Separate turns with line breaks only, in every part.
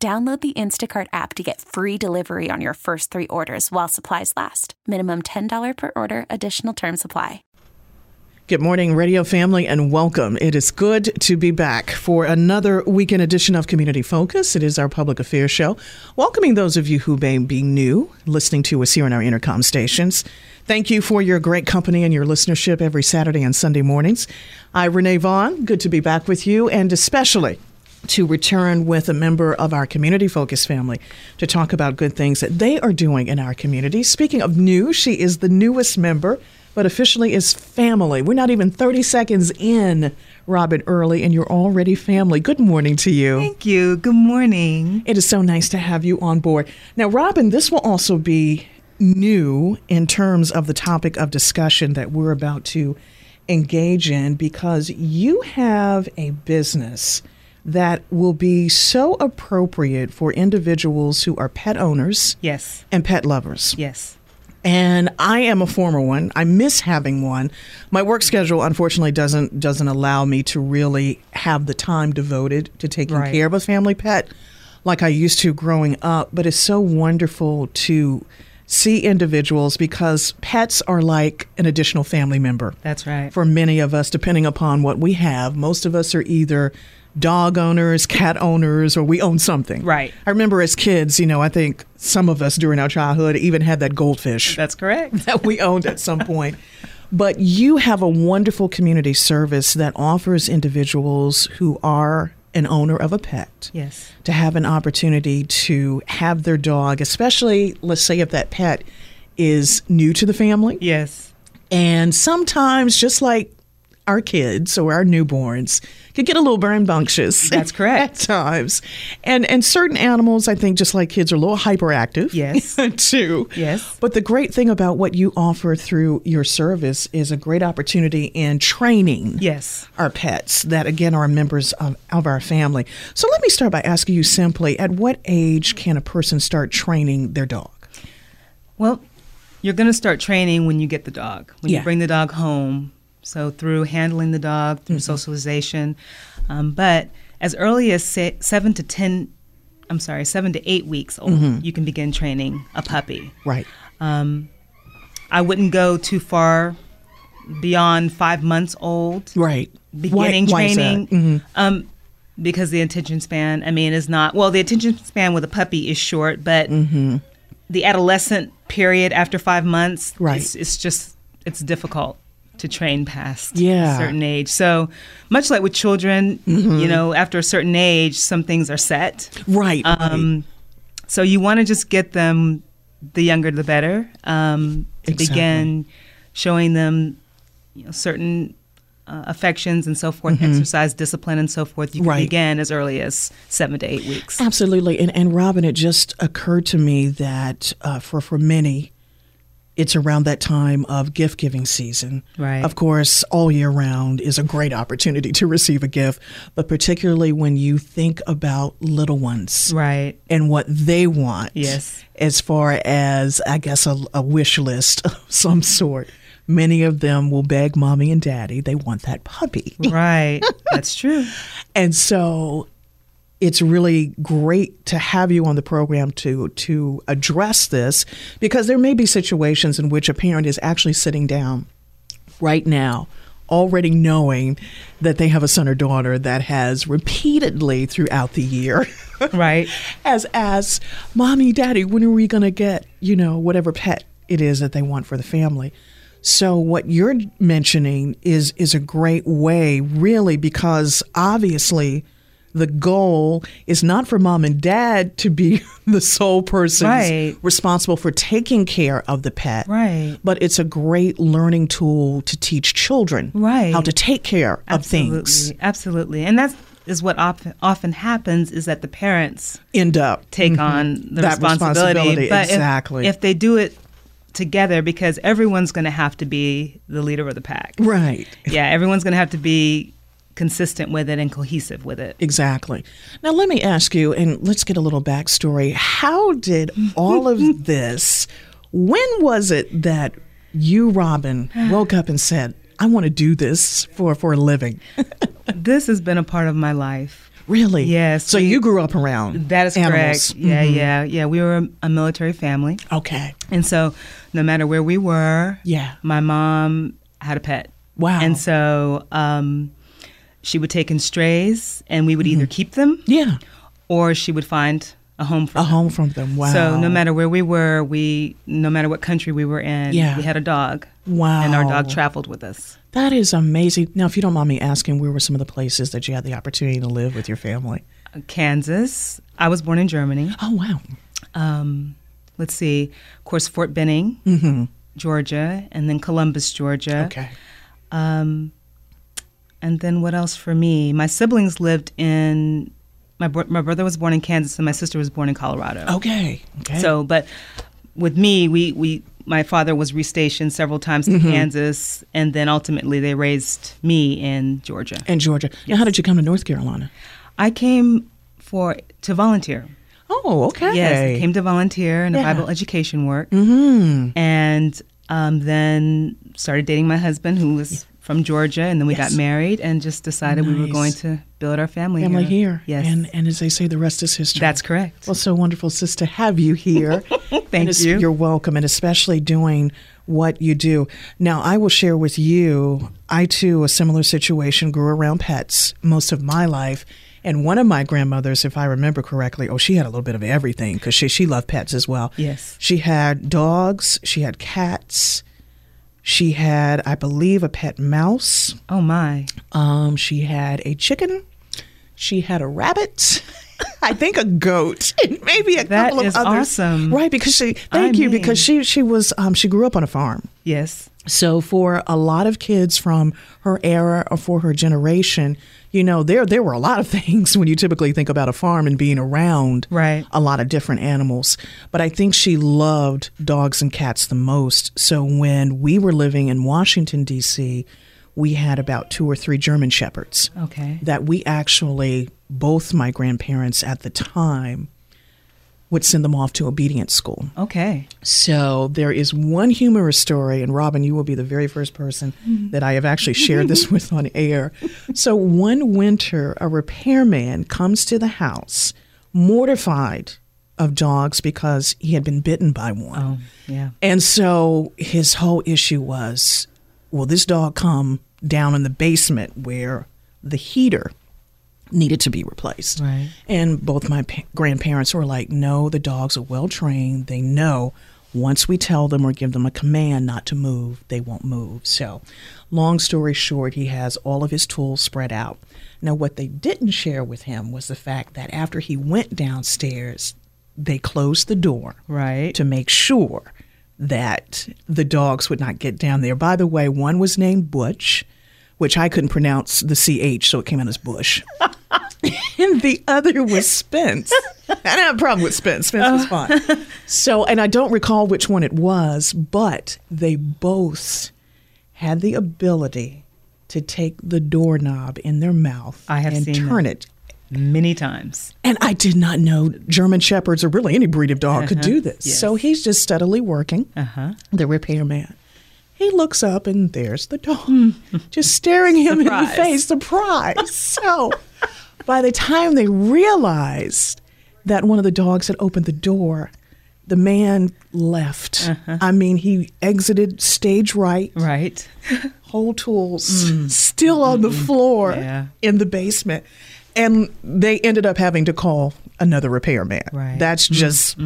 Download the Instacart app to get free delivery on your first three orders while supplies last. Minimum $10 per order, additional term supply.
Good morning, radio family, and welcome. It is good to be back for another weekend edition of Community Focus. It is our public affairs show, welcoming those of you who may be new listening to us here on our intercom stations. Thank you for your great company and your listenership every Saturday and Sunday mornings. I, Renee Vaughn, good to be back with you, and especially to return with a member of our community focus family to talk about good things that they are doing in our community. Speaking of new, she is the newest member, but officially is family. We're not even 30 seconds in, Robin Early, and you're already family. Good morning to you.
Thank you. Good morning.
It is so nice to have you on board. Now, Robin, this will also be new in terms of the topic of discussion that we're about to engage in because you have a business that will be so appropriate for individuals who are pet owners
Yes.
and pet lovers.
Yes.
And I am a former one. I miss having one. My work schedule unfortunately doesn't doesn't allow me to really have the time devoted to taking
Right.
care of a family pet like I used to growing up, but it's so wonderful to see individuals because pets are like an additional family member
That's right.
for many of us, depending upon what we have. Most of us are either dog owners, cat owners, or we own something.
Right.
I remember as kids, you know, I think some of us during our childhood even had that goldfish
That's correct.
that we owned at some point. But you have a wonderful community service that offers individuals who are an owner of a pet
Yes.
to have an opportunity to have their dog, especially let's say if that pet is new to the family.
Yes.
And sometimes, just like our kids or our newborns, can get a little rambunctious.
That's correct.
at times, and and certain animals, I think, just like kids, are a little hyperactive.
Yes.
too.
Yes.
But the great thing about what you offer through your service is a great opportunity in training
Yes.
our pets that again are members of, of our family. So let me start by asking you simply: At what age can a person start training their dog?
Well, you're going to start training when you get the dog, when
Yeah.
you bring the dog home. So, through handling the dog, through socialization. Um, but as early as se- seven to 10, I'm sorry, seven to eight weeks old, you can begin training a puppy.
Right.
I wouldn't go too far beyond five months old.
Right.
beginning
Why- why is that? Mm-hmm.
training um because the attention span i mean is not well the attention span with a puppy is short but
Mm-hmm.
the adolescent period after five months
Right.
it's, it's just it's difficult to train past
Yeah. Mm-hmm.
a certain age so much like with children you know after a certain age some things are set
Right. right.
um, so you want to just get them the younger the better um, to
Exactly.
begin showing them you know, certain uh, affections and so forth, exercise discipline and so forth. You can
Mm-hmm. Right. Um,
begin as early as seven to eight weeks.
Absolutely. And, and Robin, it just occurred to me that uh, for, for many, it's around that time of gift giving season.
Right.
Of course, all year round is a great opportunity to receive a gift, but particularly when you think about little ones
Right.
and what they want.
Yes.
As far as, I guess, a, a wish list of some sort. Many of them will beg mommy and daddy they want that puppy.
Right. That's true.
And so it's really great to have you on the program to to address this because there may be situations in which a parent is actually sitting down right now already knowing that they have a son or daughter that has repeatedly throughout the year
Right.
has asked, Mommy, Daddy, when are we going to get, you know, whatever pet it is that they want for the family? So what you're mentioning is is a great way, really, because obviously the goal is not for mom and dad to be the sole person
Right.
responsible for taking care of the pet.
Right.
But it's a great learning tool to teach children
Right.
how to take care of
Absolutely.
things.
Absolutely. And that's is what op- often happens is that the parents
End up Mm-hmm.
take on the
That
responsibility.
responsibility,
But if-
exactly.
If, they do it together, because everyone's going to have to be the leader of the pack.
right.
Yeah, everyone's going to have to be consistent with it and cohesive with it.
Exactly. Now, let me ask you, and let's get a little backstory. How did all of this, when was it that you, Robin, woke up and said, I want to do this for, for a living?
this has been a part of my life.
really?
Yes,
So
we-
you grew up around
That is
animals. Mm. Mm-hmm.
correct. Yeah, yeah, yeah. We were a, a military family.
Okay.
And so no matter where we were,
Yeah.
my mom had a pet.
Wow.
And so um, she would take in strays and we would either
Mm-hmm.
keep them
Yeah.
or she would find a home for
A
them.
home from them. Wow.
So no matter where we were, we no matter what country we were in,
Yeah.
we had a dog.
Wow.
And our dog traveled with us.
That is amazing. Now, if you don't mind me asking, where were some of the places that you had the opportunity to live with your family?
Kansas. I was born in Germany.
Oh, wow.
um, let's see, of course, Fort Benning, Georgia, and then Columbus, Georgia.
Mm-hmm. Okay.
Um, and then what else for me? My siblings lived in, my, bro- my brother was born in Kansas and my sister was born in Colorado.
Okay. Okay.
So, but with me, we, we, my father was restationed several times to
Mm-hmm.
Kansas, and then ultimately they raised me in Georgia.
and Georgia. Now, how did you come to North Carolina?
I came for to volunteer.
Oh, okay.
Yes, I came to volunteer in the
Yeah.
Bible education work, mm-hmm. and um, then started dating my husband, who was from Georgia, and then we
Yes.
got married, and just decided we were
Nice.
going to build our family,
family here.
Yes,
And and as they say, the rest is history.
that's correct.
well, so wonderful, sis, to have you here. And
Thank
it's-
you.
You're welcome, and especially doing what you do. Now, I will share with you, I too, a similar situation grew around pets most of my life. And one of my grandmothers, if I remember correctly, oh, she had a little bit of everything because she, she loved pets as well.
Yes.
She had dogs, she had cats, she had, I believe, a pet mouse.
oh my,
Um, she had a chicken. She had a rabbit. I think a goat and maybe a
That
couple of
is
others.
awesome.
Right, because she thank
I
you because she she was um, she grew up on a farm.
yes,
So for a lot of kids from her era or for her generation, you know, there there were a lot of things when you typically think about a farm and being around
Right.
a lot of different animals. But I think she loved dogs and cats the most. So when we were living in Washington D.C., we had about two or three German shepherds
okay,
that we actually both my grandparents at the time would send them off to obedience school.
okay,
So there is one humorous story, and Robin, you will be the very first person that I have actually shared this with on air. So one winter, a repairman comes to the house mortified of dogs because he had been bitten by one.
oh yeah,
And so his whole issue was will this dog come down in the basement where the heater needed to be replaced?
Right.
And both my pa- grandparents were like, no, the dogs are well trained. They know once we tell them or give them a command not to move, they won't move. So, long story short, he has all of his tools spread out. Now, what they didn't share with him was the fact that after he went downstairs, they closed the door
right,
to make sure that the dogs would not get down there. By the way, one was named Butch, which I couldn't pronounce the CH, so it came out as Bush. and the other was Spence. I didn't have a problem with Spence. Spence was fine. So, and I don't recall which one it was, but they both had the ability to take the doorknob in their mouth
I have
and
seen
turn it
many times,
and I did not know German Shepherds or really any breed of dog could do this.
Uh-huh. Yes.
So he's just steadily working,
Uh-huh.
the repairman. He looks up and there's the dog, just staring him in the
Hmm. Surprise.
face, surprise. so by the time they realized that one of the dogs had opened the door, the man left. I mean, he exited stage right,
Uh-huh. right,
whole tools still on the floor
Mm. Yeah.
in the basement. And they ended up having to call another repairman.
Right. Mm.
That's just,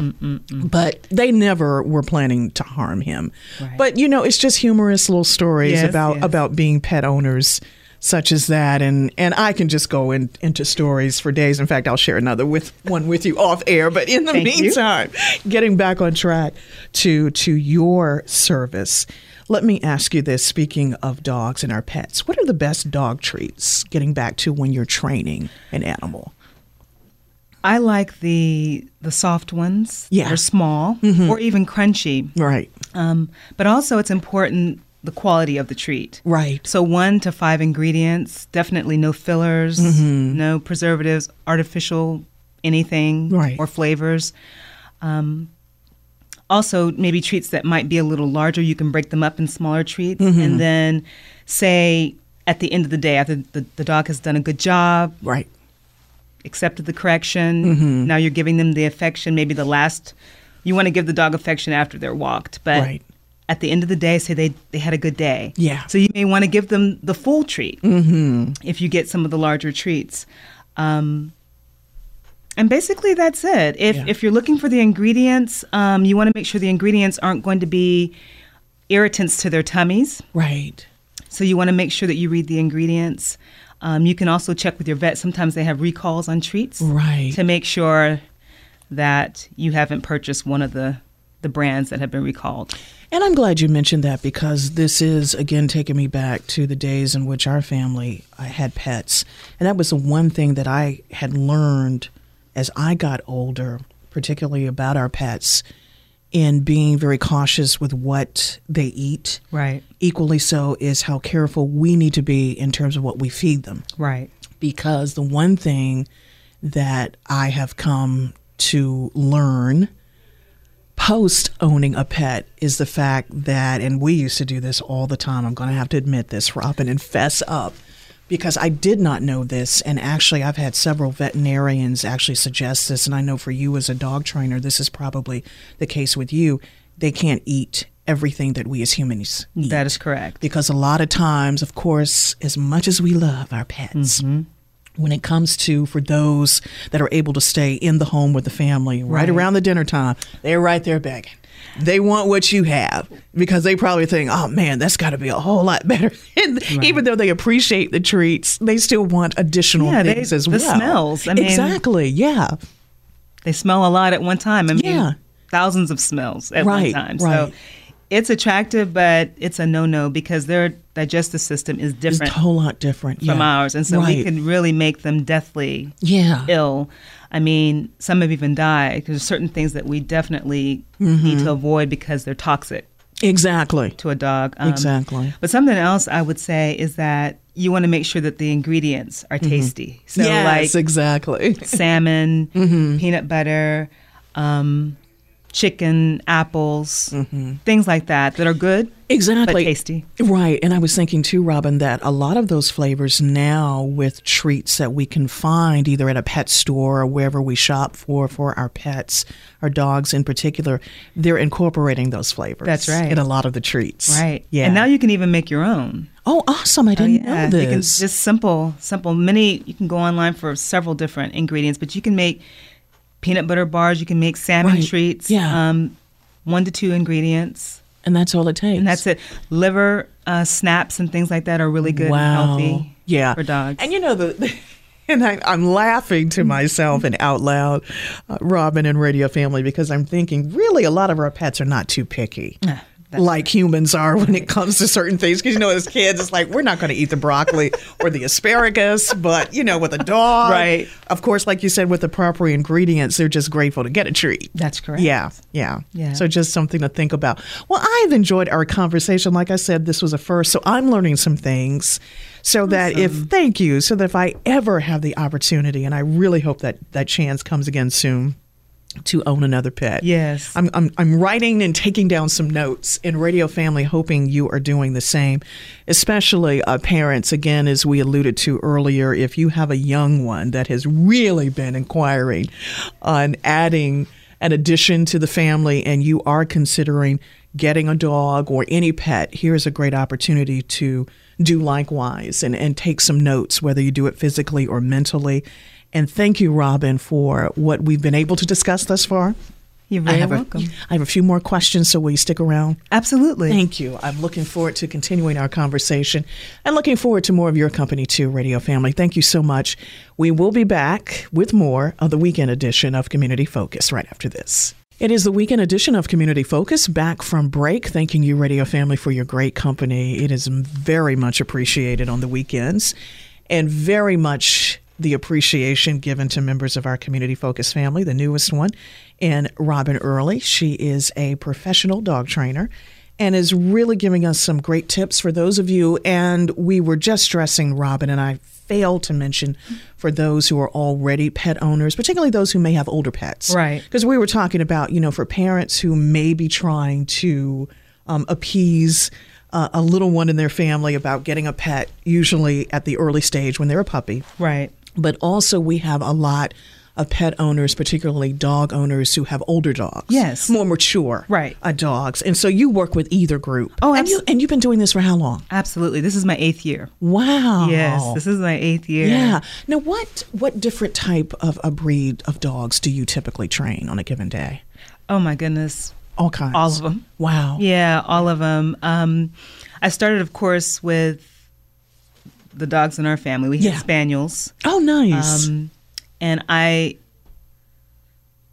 but they never were planning to harm him.
Right.
But you know, it's just humorous little stories
Yes,
about
yes.
about being pet owners such as that and and I can just go in, into stories for days in fact I'll share another with one with you off air but in the
Thank you.
meantime getting back on track to to your service Let me ask you this speaking of dogs and our pets, what are the best dog treats getting back to when you're training an animal?
I like the the soft ones.
Yeah. Mm-hmm.
They're small or even crunchy.
Right,
Um, but also, it's important the quality of the treat.
right.
So, one to five ingredients, definitely no fillers,
Mm-hmm.
no preservatives, artificial anything,
Right.
or flavors. Um, also, maybe treats that might be a little larger, you can break them up in smaller treats.
Mm-hmm.
And then, say, at the end of the day, after the, the dog has done a good job,
Right.
accepted the correction.
Mm-hmm.
Now you're giving them the affection, maybe the last you want to give the dog affection after they're walked, but
Right.
at the end of the day, say they they had a good day.
Yeah. Mm-hmm.
So you may want to give them the full treat if you get some of the larger treats. Um, and basically, that's it. If
Yeah.
if you're looking for the ingredients, um, you want to make sure the ingredients aren't going to be irritants to their tummies.
Right.
So you want to make sure that you read the ingredients. Um, you can also check with your vet. Sometimes they have recalls on treats,
Right.
To make sure that you haven't purchased one of the the brands that have been recalled.
And I'm glad you mentioned that because this is, again, taking me back to the days in which our family uh, had pets. And that was the one thing that I had learned as I got older, particularly about our pets, in being very cautious with what they eat.
Right.
Equally so is how careful we need to be in terms of what we feed them
Right.
because the one thing that I have come to learn post owning a pet is the fact that, and we used to do this all the time. I'm going to have to admit this, Robin, and fess up because I did not know this. And actually, I've had several veterinarians actually suggest this. And I know for you as a dog trainer, this is probably the case with you. They can't eat everything that we as humans eat
That is correct.
because a lot of times, of course, as much as we love our pets,
Mm-hmm.
when it comes to for those that are able to stay in the home with the family right,
Right.
around the dinner time, they're right there begging. They want what you have because they probably think, oh man, that's got to be a whole lot better. And Even though they appreciate the treats, they still want additional
Yeah, they-
things as
the
well.
smells, I mean-
exactly. Yeah.
They smell a lot at one time. I mean,
Yeah.
thousands of smells at
Right,
one time.
right.
So it's attractive, but it's a no no because their digestive system is
It's
different
a whole lot different
from
yeah.
ours. And so we
Right.
can really make them deathly
yeah.
ill. I mean, some have even died. There's certain things that we definitely
Mm-hmm.
need to avoid because they're toxic
Exactly.
to a dog. Um,
Exactly.
But something else I would say is that you want to make sure that the ingredients are tasty. So,
Mm-hmm. yes, Mm-hmm.
like
exactly.
salmon, peanut butter, um, chicken, apples,
Mm-hmm.
things like that that are good.
Exactly.
tasty.
Right. And I was thinking too, Robin, that a lot of those flavors now with treats that we can find either at a pet store or wherever we shop for for our pets, our dogs in particular, they're incorporating those flavors.
That's right.
In a lot of the treats.
Right.
Yeah.
And now you can even make your own.
Oh awesome. I didn't know
You can
this.
just simple, simple. Many you can go online for several different ingredients, but you can make peanut butter bars. You can make salmon
Right.
treats.
Yeah.
Um, one to two ingredients,
and that's all it takes.
and that's it. Liver uh, snaps and things like that are really good
Wow.
and healthy.
Yeah.
For dogs.
And you know the. And I, I'm laughing to myself and out loud, uh, Robin and Radio Family, because I'm thinking really a lot of our pets are not too picky, like humans are when it comes to certain things. Because you know, as kids, it's like we're not going to eat the broccoli or the asparagus, but you know, with a dog,
Right.
Of course, like you said, with the proper ingredients, they're just grateful to get a treat.
That's correct.
Yeah, yeah,
Yeah.
So just something to think about. Well, I've enjoyed our conversation. Like I said, this was a first, so I'm learning some things. So that if thank you, so that if I ever have the opportunity, and I really hope that that chance comes again soon, to own another pet.
Yes.
I'm I'm, I'm writing and taking down some notes in Radio Family, hoping you are doing the same. Especially uh, parents, again, as we alluded to earlier, if you have a young one that has really been inquiring on adding an addition to the family, and you are considering getting a dog or any pet, here's a great opportunity to do likewise and, and take some notes, whether you do it physically or mentally. And thank you, Robin, for what we've been able to discuss thus far.
You're very
I have
welcome.
A, I have a few more questions, so will you stick around?
Absolutely.
Thank you. I'm looking forward to continuing our conversation and looking forward to more of your company too, Radio Family. Thank you so much. We will be back with more of the weekend edition of Community Focus right after this. It is the weekend edition of Community Focus back from break. Thanking you, Radio Family, for your great company. It is very much appreciated on the weekends and very much the appreciation given to members of our Community Focus family, the newest one, and Robin Early. She is a professional dog trainer and is really giving us some great tips for those of you. And we were just stressing, Robin and I failed to mention for those who are already pet owners, particularly those who may have older pets.
Right.
Because we were talking about, you know, for parents who may be trying to um, appease uh, a little one in their family about getting a pet, usually at the early stage when they're a puppy.
Right.
But also, we have a lot of pet owners, particularly dog owners who have older dogs.
Yes.
More mature
Right.
uh, dogs. And so you work with either group.
Oh,
and, you,
abso-
and you've been doing this for how long?
Absolutely. This is my eighth year.
Wow.
Yes, this is my eighth year.
Oh. Yeah. Now, what what different type of a breed of dogs do you typically train on a given day?
Oh my goodness.
All kinds.
All of 'em.
Wow.
Yeah, all of them. Um, I started, of course, with the dogs in our family. We had
Yeah.
spaniels,
Oh, nice.
um, and I,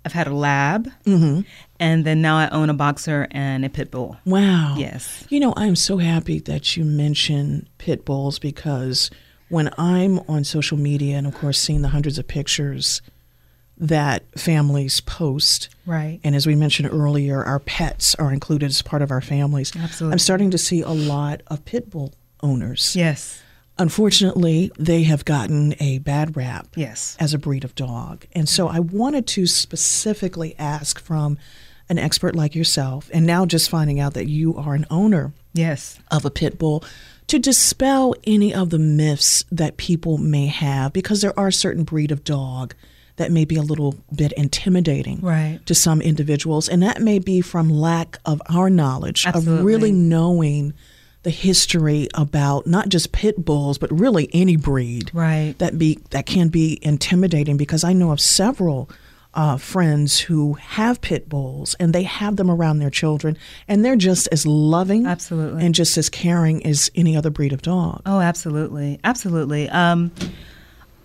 I've had a lab, mm-hmm. and then now I own a boxer and a pit bull.
wow.
yes.
You know, I'm so happy that you mention pit bulls because when I'm on social media and, of course, seeing the hundreds of pictures that families post,
Right.
And as we mentioned earlier, our pets are included as part of our families.
Absolutely.
I'm starting to see a lot of pit bull owners.
Yes.
Unfortunately, they have gotten a bad rap
Yes.
as a breed of dog. And so
Mm-hmm.
I wanted to specifically ask from an expert like yourself, and now just finding out that you are an owner
Yes.
of a pit bull to dispel any of the myths that people may have because there are a certain breed of dog that may be a little bit intimidating
Right.
to some individuals and that may be from lack of our knowledge of
Absolutely.
really knowing the history about not just pit bulls but really any breed
Right.
that be that can be intimidating because I know of several uh, friends who have pit bulls and they have them around their children and they're just as loving
Absolutely.
and just as caring as any other breed of dog.
Oh, absolutely. Absolutely. Um,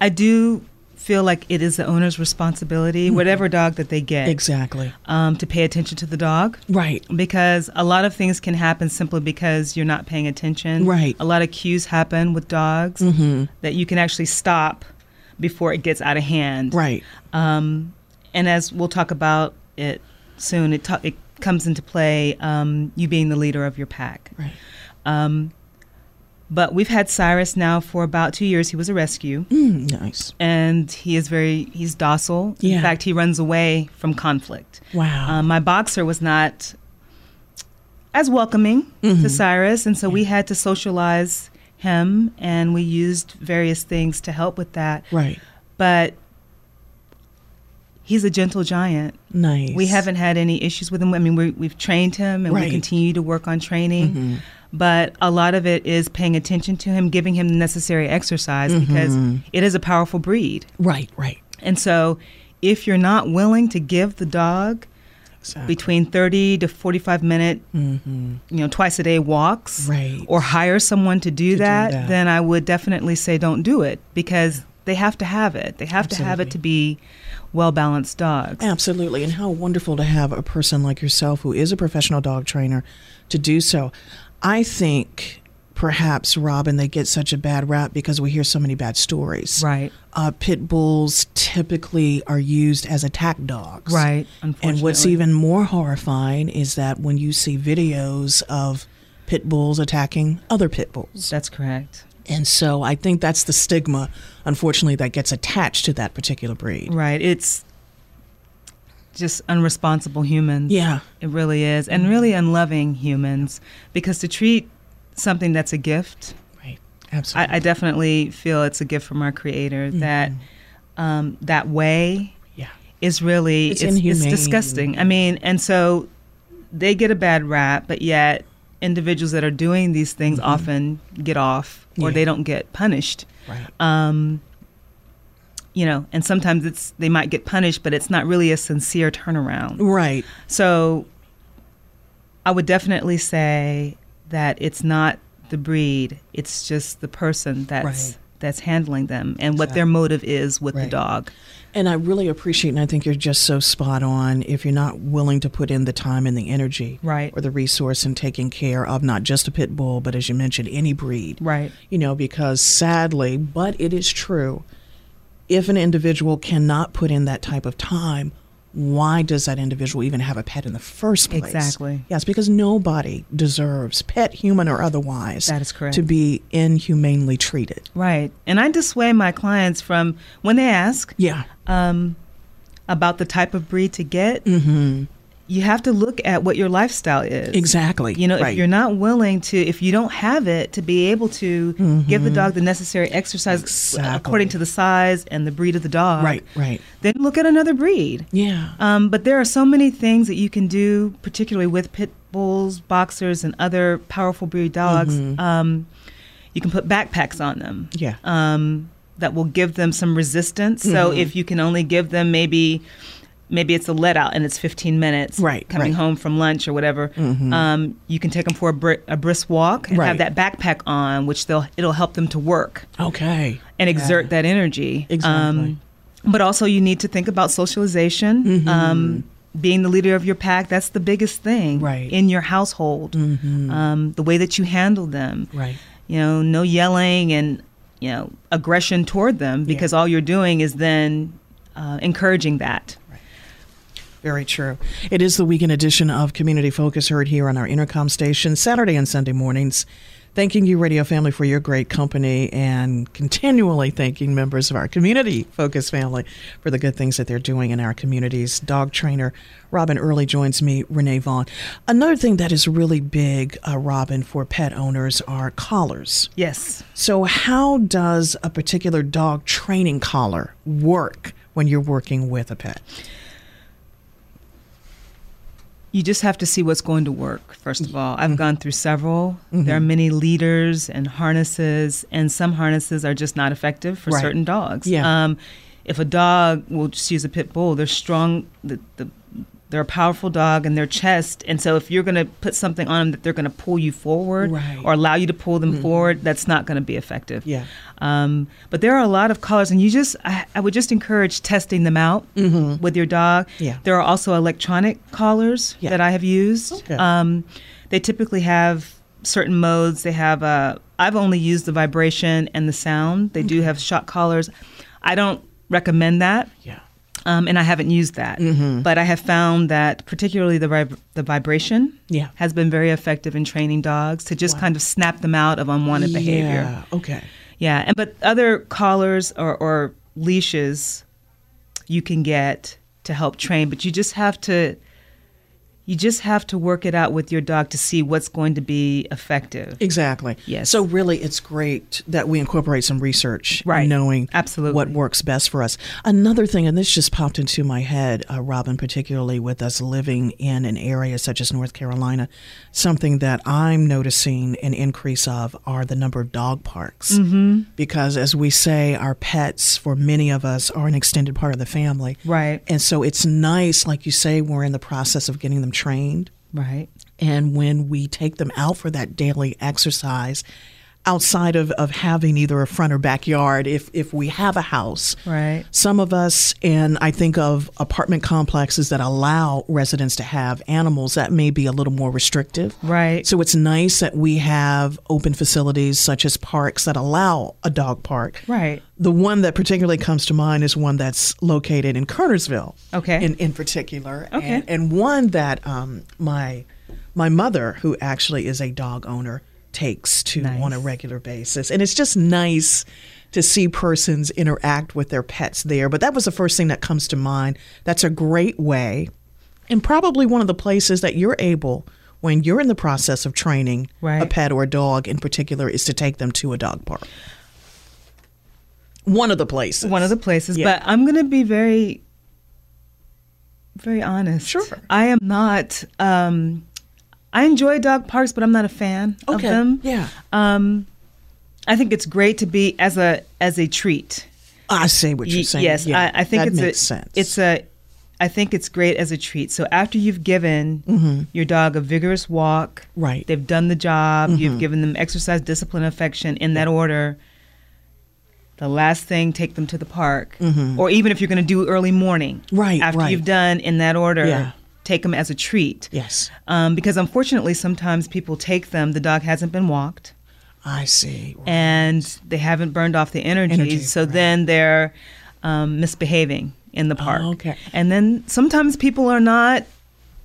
I do feel like it is the owner's responsibility,
Mm-hmm.
whatever dog that they get,
Exactly.
um, to pay attention to the dog.
Right.
because a lot of things can happen simply because you're not paying attention.
Right. Mm-hmm.
A lot of cues happen with dogs that you can actually stop before it gets out of hand.
Right.
Um, and as we'll talk about it soon, it, ta- it comes into play um, you being the leader of your pack.
Right.
Um, but we've had Cyrus now for about two years. He was a rescue,
Mm, nice.
and he is very he's docile.
Yeah. Ah.
In fact, he runs away from conflict.
Wow.
Um, my boxer was not as welcoming
Mm-hmm.
to Cyrus, and so we had to socialize him, and we used various things to help with that.
right.
But he's a gentle giant.
Nice.
We haven't had any issues with him. I mean, we, we've trained him, and
Right. Mm-hmm.
we continue to work on training. But a lot of it is paying attention to him, giving him the necessary exercise because
Mm-hmm.
it is a powerful breed.
Right. Right.
And so, if you're not willing to give the dog
So-
between 30 to 45 minute
Mm-hmm.
you know twice a day walks
Right.
or hire someone to do, that,
that.
then i would definitely say don't do it because they have to have it they have to have it to be well balanced dogs
Absolutely. And how wonderful to have a person like yourself who is a professional dog trainer to do so. I think perhaps, Robin, they get such a bad rap because we hear so many bad stories.
right
Uh, pit bulls typically are used as attack dogs.
right unfortunately
And what's even more horrifying is that when you see videos of pit bulls attacking other pit bulls.
that's correct
And so I think that's the stigma, unfortunately, that gets attached to that particular breed.
right it's just unresponsible humans
Yeah.
it really is and really unloving humans because to treat something that's a gift
Right. Absolutely.
I, I definitely feel it's a gift from our creator
Mm-hmm.
that um, that way
yeah.
is really
It's
it's, it's
inhumane.
disgusting. I mean, and so they get a bad rap, but yet individuals that are doing these things often get off or
Mm-hmm. Yeah.
they don't get punished.
Right.
Um, you know, and sometimes it's they might get punished, but it's not really a sincere turnaround.
Right.
So I would definitely say that it's not the breed, it's just the person that's
Right.
that's handling them and what their motive is with the
Right.
dog.
And I really appreciate, and I think you're just so spot on. If you're not willing to put in the time and the energy,
Right.
or the resource in taking care of not just a pit bull, but as you mentioned, any breed,
Right.
You know, because sadly, but it is true, if an individual cannot put in that type of time, why does that individual even have a pet in the first place?
Exactly.
Yes, because nobody deserves, pet, human, or otherwise,
That is correct.
to be inhumanely treated.
Right. And I dissuade my clients from when they ask
Yeah.
um, about the type of breed to get, you have to look at what your lifestyle is.
Mm-hmm. Exactly.
You know,
Right.
if you're not willing to, if you don't have it to be able to give the dog the necessary exercise
Mm-hmm. Exactly.
according to the size and the breed of the dog,
Right, right.
Then look at another breed.
Yeah.
Um, but there are so many things that you can do, particularly with pit bulls, boxers, and other powerful breed dogs.
Mm-hmm.
Um, you can put backpacks on them.
Yeah.
Um, that will give them some resistance. So
Mm-hmm.
if you can only give them maybe, maybe it's a let out and it's 15 minutes.
Right,
Coming
right. Mm-hmm.
home from lunch or whatever, um, you can take them for a, br- a brisk walk and
Right.
have that backpack on, which they'll it'll help them to work
okay.
and exert that energy. Um,
Exactly. Mm-hmm.
but also, you need to think about socialization. Um, being the leader of your pack, that's the biggest thing
Right. Mm-hmm.
in your household. Um, the way that you handle them.
Right.
You know, no yelling and, you know, aggression toward them because all you're doing is then uh, encouraging that.
Very true. It is the weekend edition of Community Focus heard here on our intercom station Saturday and Sunday mornings. Thanking you, Radio Family, for your great company and continually thanking members of our Community Focus family for the good things that they're doing in our communities. Dog trainer Robin Early joins me, Renee Vaughn. Another thing that is really big, uh, Robin, for pet owners are collars.
Yes.
So, how does a particular dog training collar work when you're working with a pet?
You just have to see what's going to work, first of all.
mm-hmm.
I've gone through several. There are many leaders and harnesses, and some harnesses are just not effective for
Right.
certain dogs.
Yeah.
Um, if a dog, we'll just use a pit bull, they're strong, the, the, they're a powerful dog in their chest. And so if you're going to put something on them that they're going to pull you forward
Right. Mm-hmm.
or allow you to pull them forward, that's not going to be effective.
Yeah.
Um, but there are a lot of collars, and you just, I, I would just encourage testing them out with your dog.
Mm-hmm. Yeah.
There are also electronic collars
Yeah.
that I have used.
Okay.
Um, they typically have certain modes. They have, uh, I've only used the vibration and the sound. They do have shock collars. I don't recommend that.
Yeah.
Um, and I haven't used that,
Mm-hmm.
but I have found that particularly the vib- the vibration
Yeah.
has been very effective in training dogs to just kind of snap them out of unwanted behavior.
Yeah. Okay.
Yeah, and but other collars or, or leashes you can get to help train, but you just have to you just have to work it out with your dog to see what's going to be effective.
Exactly.
Yes.
So really, it's great that we incorporate some research,
Right.
knowing
Absolutely.
what works best for us. Another thing, and this just popped into my head, uh, Robin, particularly with us living in an area such as North Carolina, something that I'm noticing an increase of are the number of dog parks. Mm-hmm. Because as we say, our pets, for many of us, are an extended part of the family.
Right.
And so it's nice, like you say, we're in the process of getting them trained.
Right.
And when we take them out for that daily exercise, outside of, of having either a front or backyard, if, if we have a house,
Right.
some of us, and I think of apartment complexes that allow residents to have animals, that may be a little more restrictive.
Right.
So it's nice that we have open facilities such as parks that allow a dog park.
Right.
The one that particularly comes to mind is one that's located in Kernersville.
Okay.
In, in particular.
Okay.
And, and one that um, my my mother, who actually is a dog owner, takes to
Nice.
on a regular basis. And it's just nice to see persons interact with their pets there. But that was the first thing that comes to mind. That's a great way and probably one of the places that you're able when you're in the process of training a
Right.
pet or a dog in particular is to take them to a dog park. One of the places.
One of the places,
Yeah.
but I'm going to be very very honest.
Sure.
I am not um I enjoy dog parks, but I'm not a fan of
okay.
them.
Yeah.
Um I think it's great to be as a as a treat.
I see what you're
Ye-
saying.
Yes,
Yeah,
I, I think
that
it's
makes
a,
sense.
It's a, I think it's great as a treat. So after you've given your dog a vigorous walk,
Mm-hmm. Right. Mm-hmm.
They've done the job. You've given them exercise, discipline, affection in that order. the last thing, take them to the park, or even if you're going to do early morning,
Mm-hmm. Right,
After
right.
you've done in that order,
Yeah.
take them as a treat.
Yes.
Um, because unfortunately, sometimes people take them. The dog hasn't been walked,
I see.
and they haven't burned off the energy.
Energy,
so then they're um, misbehaving in the park.
Oh, okay.
And then sometimes people are not.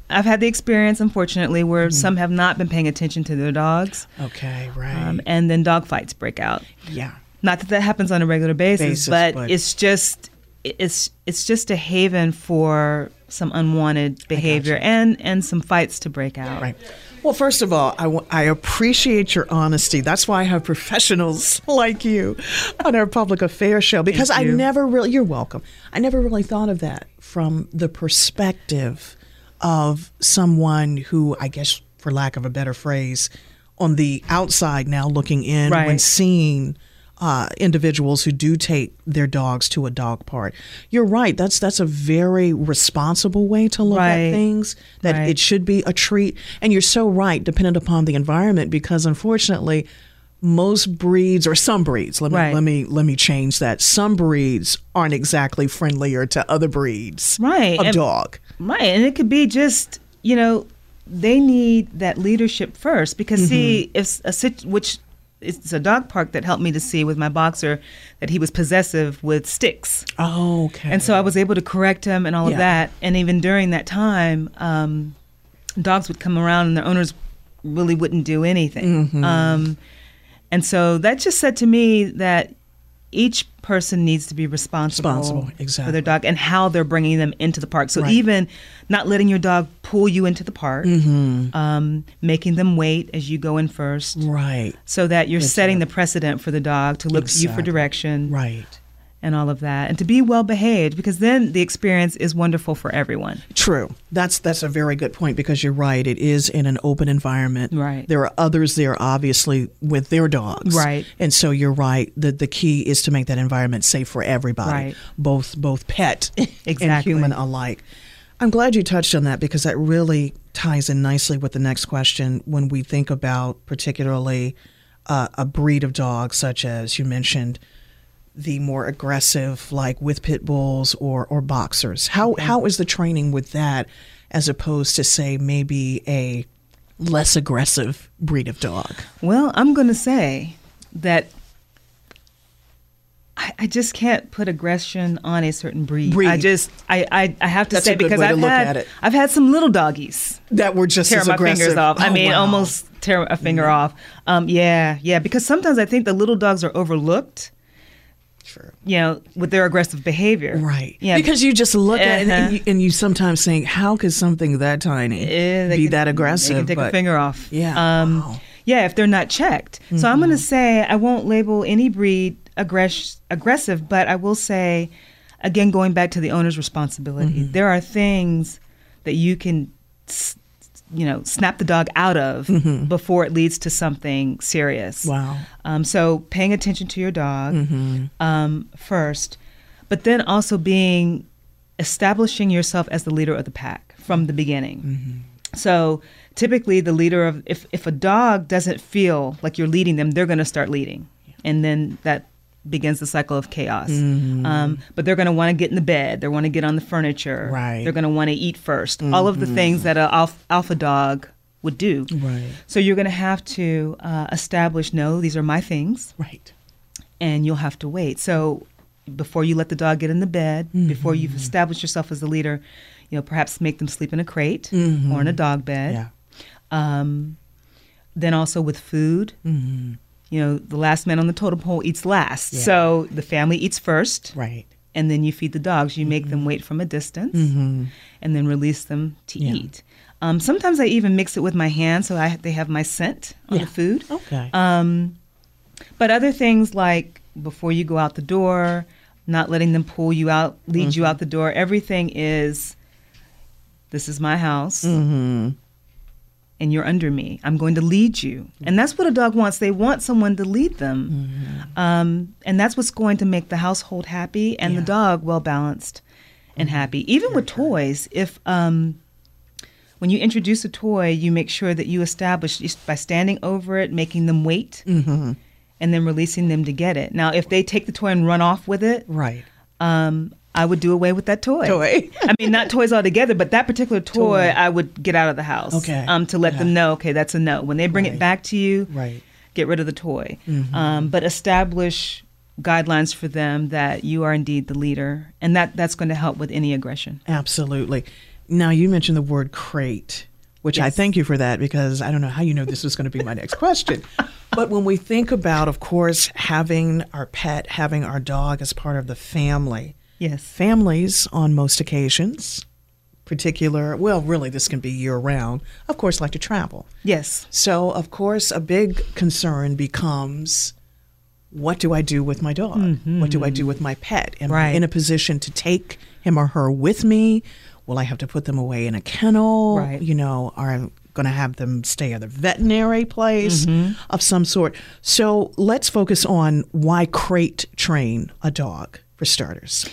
I've had the experience, unfortunately, where
Mm-hmm.
some have not been paying attention to their dogs,
Okay, right.
um, and then dog fights break out.
yeah.
Not that that happens on a regular basis,
Basis,
but,
but-
it's just it's it's just a haven for some unwanted behavior and and some fights to break out.
Right. Well, first of all, I wa- I appreciate your honesty. That's why I have professionals like you on our public affairs show because I
you.
never really, you're welcome. I never really thought of that from the perspective of someone who, I guess, for lack of a better phrase, on the outside now looking in when
Right.
seeing. Uh, individuals who do take their dogs to a dog park. You're right. That's that's a very responsible way to look at
Right.
things. That
Right.
it should be a treat. And you're so right, dependent upon the environment, because unfortunately, most breeds or some breeds, let me
Right.
let me let me change that. Some breeds aren't exactly friendlier to other breeds
Right,
of
and-
dog.
Right, and it could be just you know they need that leadership first because see if s- a sit which it's a dog park that helped me to see with my boxer that he was possessive with sticks,
Okay.
and so I was able to correct him and all
Yeah.
of that. And even during that time, um, dogs would come around and their owners really wouldn't do anything.
Mm-hmm.
Um, and so that just said to me that each person needs to be responsible,
Responsible,
for
exactly.
their dog and how they're bringing them into the park. So
Right.
even not letting your dog pull you into the park, um, making them wait as you go in first,
Mm-hmm. right.
so that you're setting the precedent for the dog to look to you for
Exactly.
direction
Right.
and all of that, and to be well behaved because then the experience is wonderful for everyone.
True. That's that's a very good point because you're right. It is in an open environment.
Right.
There are others there, obviously, with their dogs.
Right.
And so you're right. The the key is to make that environment safe for everybody,
Right.
both both pet and
Exactly.
human alike. I'm glad you touched on that because that really ties in nicely with the next question when we think about particularly uh, a breed of dog such as you mentioned the more aggressive, like with pit bulls or or boxers? How how is the training with that as opposed to say maybe a less aggressive breed of dog?
Well, I'm going to say that I, I just can't put aggression on a certain breed. I
Breed.
just I I, I have to
That's
say
a good
because
way to
I've
look
had
at it.
I've had some little doggies
That were just
tear
as
my
aggressive.
fingers off. I
Oh,
mean,
wow. Mm-hmm.
almost tear a finger off. Um, yeah, yeah. Because sometimes I think the little dogs are overlooked.
Sure.
You know, with their aggressive behavior.
Right.
Yeah.
Because you just look at it and
Uh-huh.
you, and you sometimes think, how could something that tiny
Yeah, they
be
can-
that
They
aggressive?
can take a
But-
finger off.
Yeah,
Um,
wow. Mm-hmm.
Yeah, if they're not checked. So I'm going to say I won't label any breed aggress- aggressive, but I will say, again, going back to the owner's responsibility,
Mm-hmm.
there are things that you can, s- you know, snap the dog out of before it leads to something serious.
Mm-hmm. Wow. Mm-hmm.
Um, so paying attention to your dog um, first, but then also being establishing yourself as the leader of the pack from the beginning. So typically, the leader of if if a dog doesn't feel like you're leading them, they're going to start leading, and then that begins the cycle of chaos. Um, but they're going to want to get in the bed. They want to get on the furniture.
Right.
They're going to want to eat 1st All of the things that a alpha, alpha dog would do.
Right.
So you're going to have to uh, establish no, these are my things,
Right.
and you'll have to wait. So before you let the dog get in the bed,
Mm-hmm.
before you've established yourself as the leader, you know, perhaps make them sleep in a crate or in a dog bed.
Mm-hmm. Yeah.
Um, then also with food,
Mm-hmm.
you know, the last man on the totem pole eats last. So the family eats first,
Right. Mm-hmm.
and then you feed the dogs. You make them wait from a distance, and then release them to eat. Um, sometimes I even mix it with my hand, so I, they have my scent on
Yeah.
the food.
Okay.
Um, but other things like before you go out the door, not letting them pull you out, lead you out the door. Everything is, this is my house,
Um,
and you're under me. I'm going to lead you, and that's what a dog wants. They want someone to lead them, um, and that's what's going to make the household happy and the dog well balanced and happy. Even with toys, if um, when you introduce a toy, you make sure that you establish just by standing over it, making them wait, and then releasing them to get it. Now, if they take the toy and run off with it,
Right.
um, I would do away with that toy.
Toy.
I mean, not toys altogether, but that particular toy, I would get out of the house.
Okay.
Um, to let
Yeah.
them know, okay, that's a no. When they bring
Right.
it back to you,
Right. Mm-hmm.
get rid of the toy. Um, but establish guidelines for them that you are indeed the leader, and that that's going to help with any aggression.
Absolutely. Now, you mentioned the word crate, which I
Yes.
thank you for that because I don't know how you know this was going to be my next question. But when we think about, of course, having our pet, having our dog as part of the family,
Yes.
families on most occasions, particular, well, really, this can be year round, of course, like to travel.
Yes.
So, of course, a big concern becomes what do I do with my dog? What do I do with my pet? Am I
Mm-hmm. Right.
in a position to take him or her with me? Will I have to put them away in a kennel?
Right.
You know, are I going to have them stay at a veterinary place
Mm-hmm.
of some sort? So, let's focus on why crate train a dog for starters.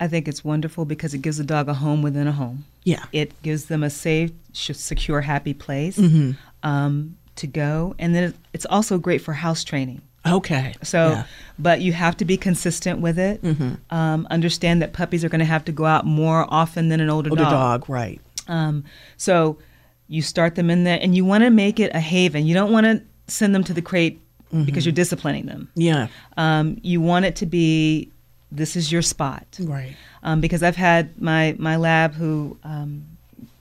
I think it's wonderful because it gives a dog a home within a home.
Yeah.
It gives them a safe, sh- secure, happy place
Mm-hmm.
um, to go. And then it- it's also great for house training.
Okay.
So,
Yeah. Mm-hmm.
but you have to be consistent with it. Um, understand that puppies are going to have to go out more often than an older,
older
dog.
dog, right?
Um, so, you start them in there, and you want to make it a haven. You don't want to send them to the crate
Mm-hmm.
because you're disciplining them.
Yeah.
Um, you want it to be this is your spot
Right.
um, because I've had my my lab who. Um,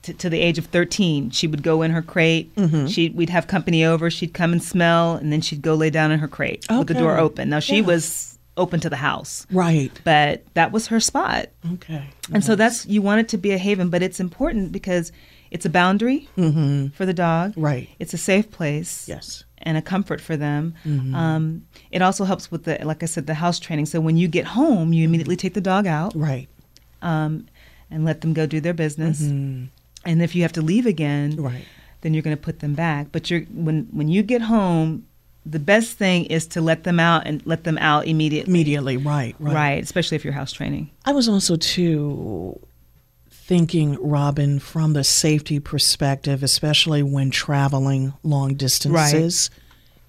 t- to the age of 13 she would go in her crate
Mm-hmm.
she we'd have company over she'd come and smell and then she'd go lay down in her crate with the
Okay.
door open now she
Yeah.
was open to the house
Right.
but that was her spot
Okay.
and so that's you want it to be a haven but it's important because it's a boundary for the dog
Mm-hmm. Right.
it's a safe place
Yes. Mm-hmm.
and a comfort for them. Um, it also helps with the, like I said, the house training. So when you get home, you immediately take the dog out
Right.
um, and let them go do their business. And if you have to leave again,
Mm-hmm. Right.
then you're going to put them back. But you're when when you get home, the best thing is to let them out and let them out immediately.
Immediately. Right.
Right.
Right.
especially if you're house training.
I was also too thinking, Robin, from the safety perspective, especially when traveling long distances,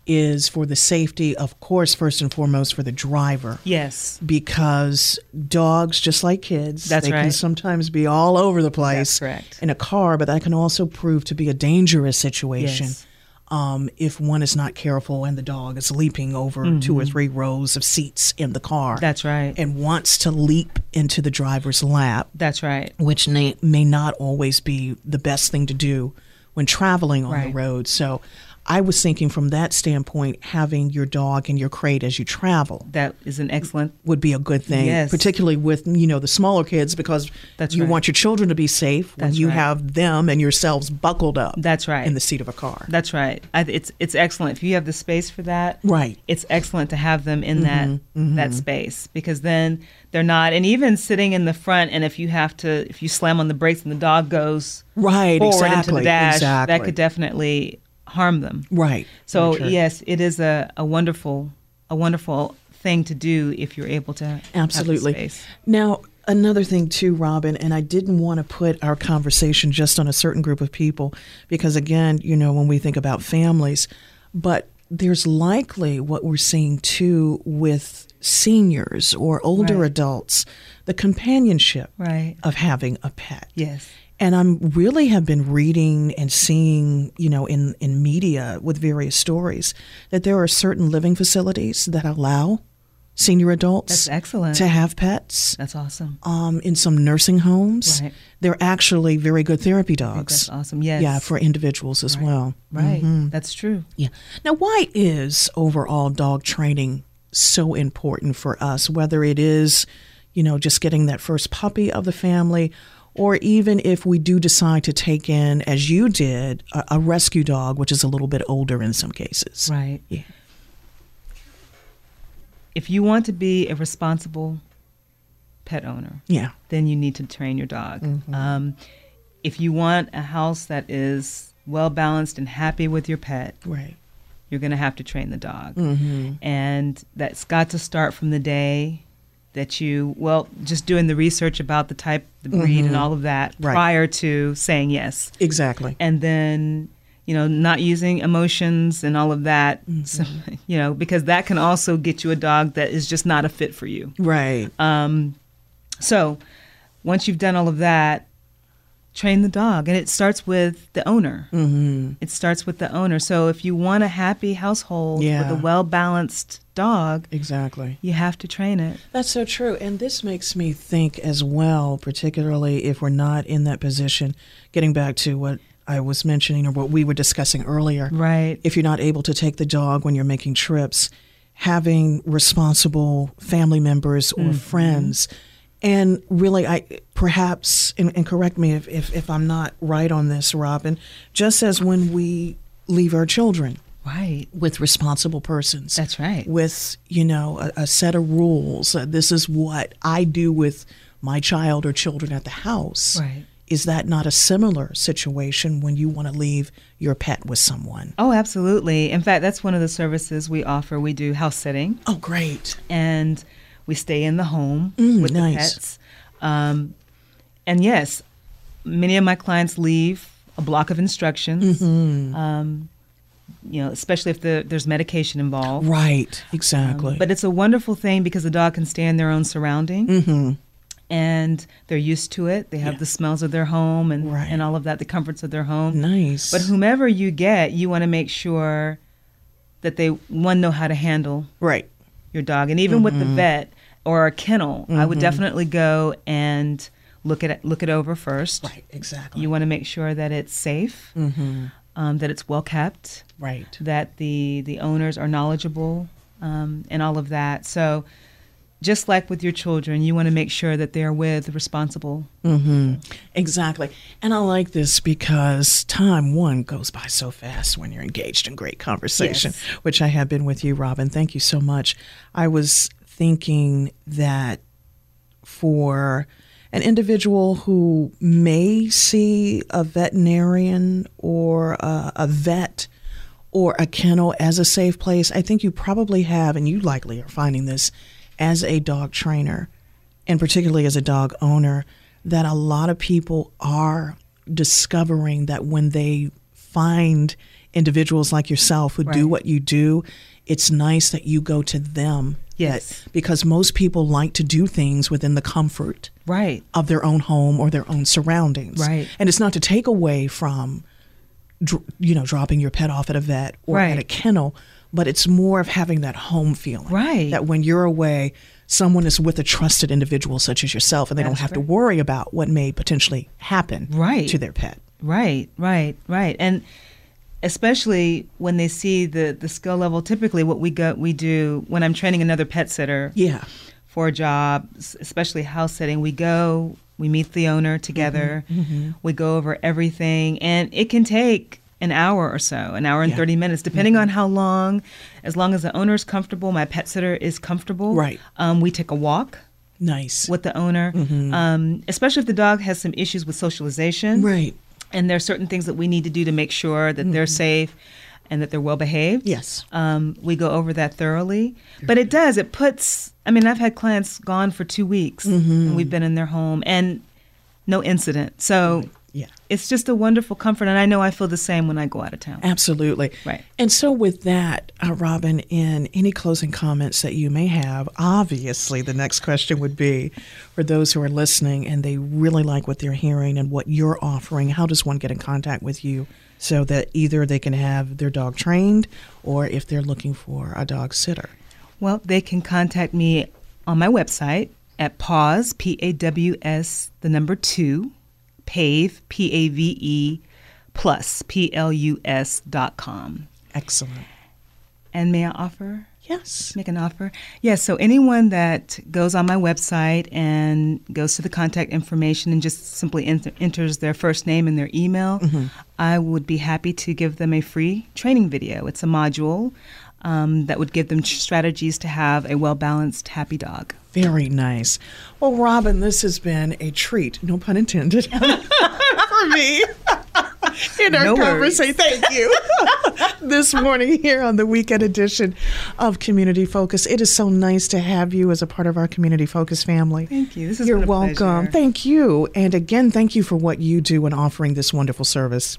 is for the safety, of course, first and foremost for the driver.
Yes.
Because dogs, just like kids,
That's
they can
right.
sometimes be all over the place
That's correct.
in a car, but that can also prove to be a dangerous situation
Yes.
um, if one is not careful and the dog is leaping over two or three rows of seats in the car
Mm-hmm. That's right.
and wants to leap into the driver's lap,
That's right.
which may, may not always be the best thing to do when traveling on the
Right.
road. So I was thinking from that standpoint, having your dog in your crate as you travel
That is an excellent.
would be a good thing,
Yes.
particularly with you know the smaller kids because
That's
you
right.
want your children to be safe when
That's
you
right.
have them and yourselves buckled up
That's right.
in the seat of a car.
That's right. I, it's it's excellent if you have the space for that.
Right. Mm-hmm.
It's excellent to have them in that that space because then they're not and even sitting in the front and if you have to if you slam on the brakes and the dog goes
Right,
forward into
exactly,
the dash
exactly.
that could definitely harm them.
right.
So
Very true.
yes, it is a, a wonderful a wonderful thing to do if you're able to have the
Absolutely.
space.
Now, another thing too, Robin, and I didn't want to put our conversation just on a certain group of people because, again, you know, when we think about families, but there's likely what we're seeing too with seniors or older
Right.
adults the companionship
Right.
of having a pet.
Yes.
And I'm really have been reading and seeing, you know, in, in media with various stories that there are certain living facilities that allow senior adults
That's excellent.
to have pets.
That's awesome.
Um, in some nursing homes,
Right.
they're actually very good therapy dogs.
That's awesome. Yes.
Yeah, Mm-hmm. for individuals as well.
right. That's true.
Yeah. Now, why is overall dog training so important for us? Whether it is, you know, just getting that first puppy of the family, or even if we do decide to take in, as you did, a, a rescue dog, which is a little bit older in some cases.
Right.
Yeah.
if you want to be a responsible pet owner,
Yeah.
then you need to train your dog. Um, if you want a house that is well balanced and happy with your pet,
Right.
you're going to have to train the dog. And that's got to start from the day that you, well, just doing the research about the type, the breed, and all of that
Right.
prior to saying yes.
Exactly.
And then you know, not using emotions and all of that,
Mm-hmm.
so, you know, because that can also get you a dog that is just not a fit for you. Um,
Right.
So once you've done all of that, train the dog. And it starts with the owner. Mm-hmm. It starts with the owner. So if you want a happy household
Yeah.
with a well balanced dog,
exactly.
you have to train it.
That's so true. And this makes me think as well, particularly if we're not in that position, getting back to what I was mentioning or what we were discussing earlier.
Right.
If you're not able to take the dog when you're making trips, having responsible family members
Mm-hmm.
or friends. And really, I perhaps, and, and correct me if, if, if I'm not right on this, Robin, just as when we leave our children
Right.
with responsible persons.
That's right.
With, you know, a, a set of rules. Uh, this is what I do with my child or children at the house.
Right.
Is that not a similar situation when you want to leave your pet with someone?
Oh, absolutely. In fact, that's one of the services we offer. We do house sitting
Oh, great.
and we stay in the home
Mm,
with
nice.
the pets. Um, and yes, many of my clients leave a block of instructions.
Mm-hmm.
Um, you know, especially if the, there's medication involved.
Right. Exactly.
But it's a wonderful thing because the dog can stay in their own surrounding.
Mm-hmm.
And they're used to it. They have the smells of their home and,
Right.
and all of that, the comforts of their home.
nice.
But whomever you get, you want to make sure that they, one, know how to handle
right.
your dog. And even with the vet or a kennel, I would definitely go and look it, look it over first.
Right. Exactly.
You want to make sure that it's safe, um, that it's well kept
right.
that the the owners are knowledgeable um, and all of that. So, just like with your children, you want to make sure that they're with responsible.
Exactly. And I like this because time one goes by so fast when you're engaged in great conversation,
Yes.
which I have been with you, Robin. Thank you so much. I was thinking that for an individual who may see a veterinarian or a, a vet or a kennel as a safe place, I think you probably have, and you likely are finding this as a dog trainer and particularly as a dog owner, that a lot of people are discovering that when they find individuals like yourself who do
Right.
what you do, it's nice that you go to them.
Yes.
That- because most people like to do things within the comfort
Right.
of their own home or their own surroundings.
Right.
And it's not to take away from, dr- you know, dropping your pet off at a vet or at
Right.
a kennel, but it's more of having that home feeling.
Right.
That when you're away, someone is with a trusted individual such as yourself, and they don't
That's
have to
right.
worry about what may potentially happen
Right.
to their pet.
Right. Right. Right. And especially when they see the the skill level. Typically, what we go we do when I'm training another pet sitter.
Yeah.
for a job, s- especially house sitting, we go, we meet the owner together,
Mm-hmm.
we go over everything, and it can take an hour or so, an hour and
Yeah. Mm-hmm.
30 minutes, depending on how long. As long as the owner is comfortable, my pet sitter is comfortable.
Right.
Um, we take a walk
Nice.
with the owner,
Mm-hmm.
um, especially if the dog has some issues with socialization.
Right.
And there are certain things that we need to do to make sure that they're safe and that they're well behaved.
Mm-hmm. Yes.
Um, we go over that thoroughly. But it does, it puts, I mean, I've had clients gone for two weeks
Mm-hmm.
and we've been in their home and no incident. So
Yeah.
it's just a wonderful comfort. And I know I feel the same when I go out of town.
Absolutely.
Right.
And so, with that, uh, Robin, in any closing comments that you may have, obviously the next question would be for those who are listening and they really like what they're hearing and what you're offering, how does one get in contact with you so that either they can have their dog trained or if they're looking for a dog sitter?
Well, they can contact me on my website at pause, P A W S, the number two, pave, P A V E, plus, P L U S dot com.
Excellent.
And may I offer?
Yes.
Make an offer. Yes, so anyone that goes on my website and goes to the contact information and just simply enter, enters their first name and their email, I would be happy to give them a free training video. It's a module um, that would give them strategies to have a well balanced, happy dog.
Very nice. Well, Robin, this has been a treat, no pun intended, for me in our
No worries.
conversation. Thank you. this morning here on the weekend edition of Community Focus. It is so nice to have you as a part of our Community Focus family.
Thank you. This has
You're
been a
welcome.
pleasure.
Thank you. And again, thank you for what you do in offering this wonderful service.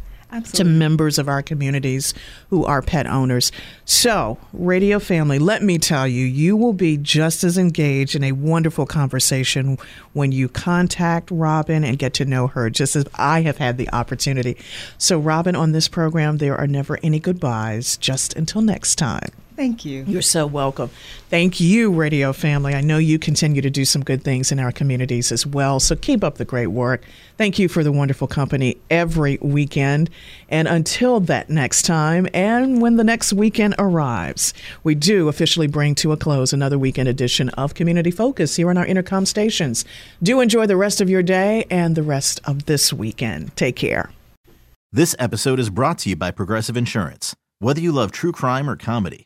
to members of our communities who are pet owners. So, Radio Family, let me tell you, you will be just as engaged in a wonderful conversation when you contact Robin and get to know her, just as I have had the opportunity. So, Robin, on this program, there are never any goodbyes, just until next time.
Thank you.
You're so welcome. Thank you, Radio Family. I know you continue to do some good things in our communities as well. So keep up the great work. Thank you for the wonderful company every weekend. And until that next time, and when the next weekend arrives, we do officially bring to a close another weekend edition of Community Focus here on our intercom stations. Do enjoy the rest of your day and the rest of this weekend. Take care.
This episode is brought to you by Progressive Insurance. Whether you love true crime or comedy,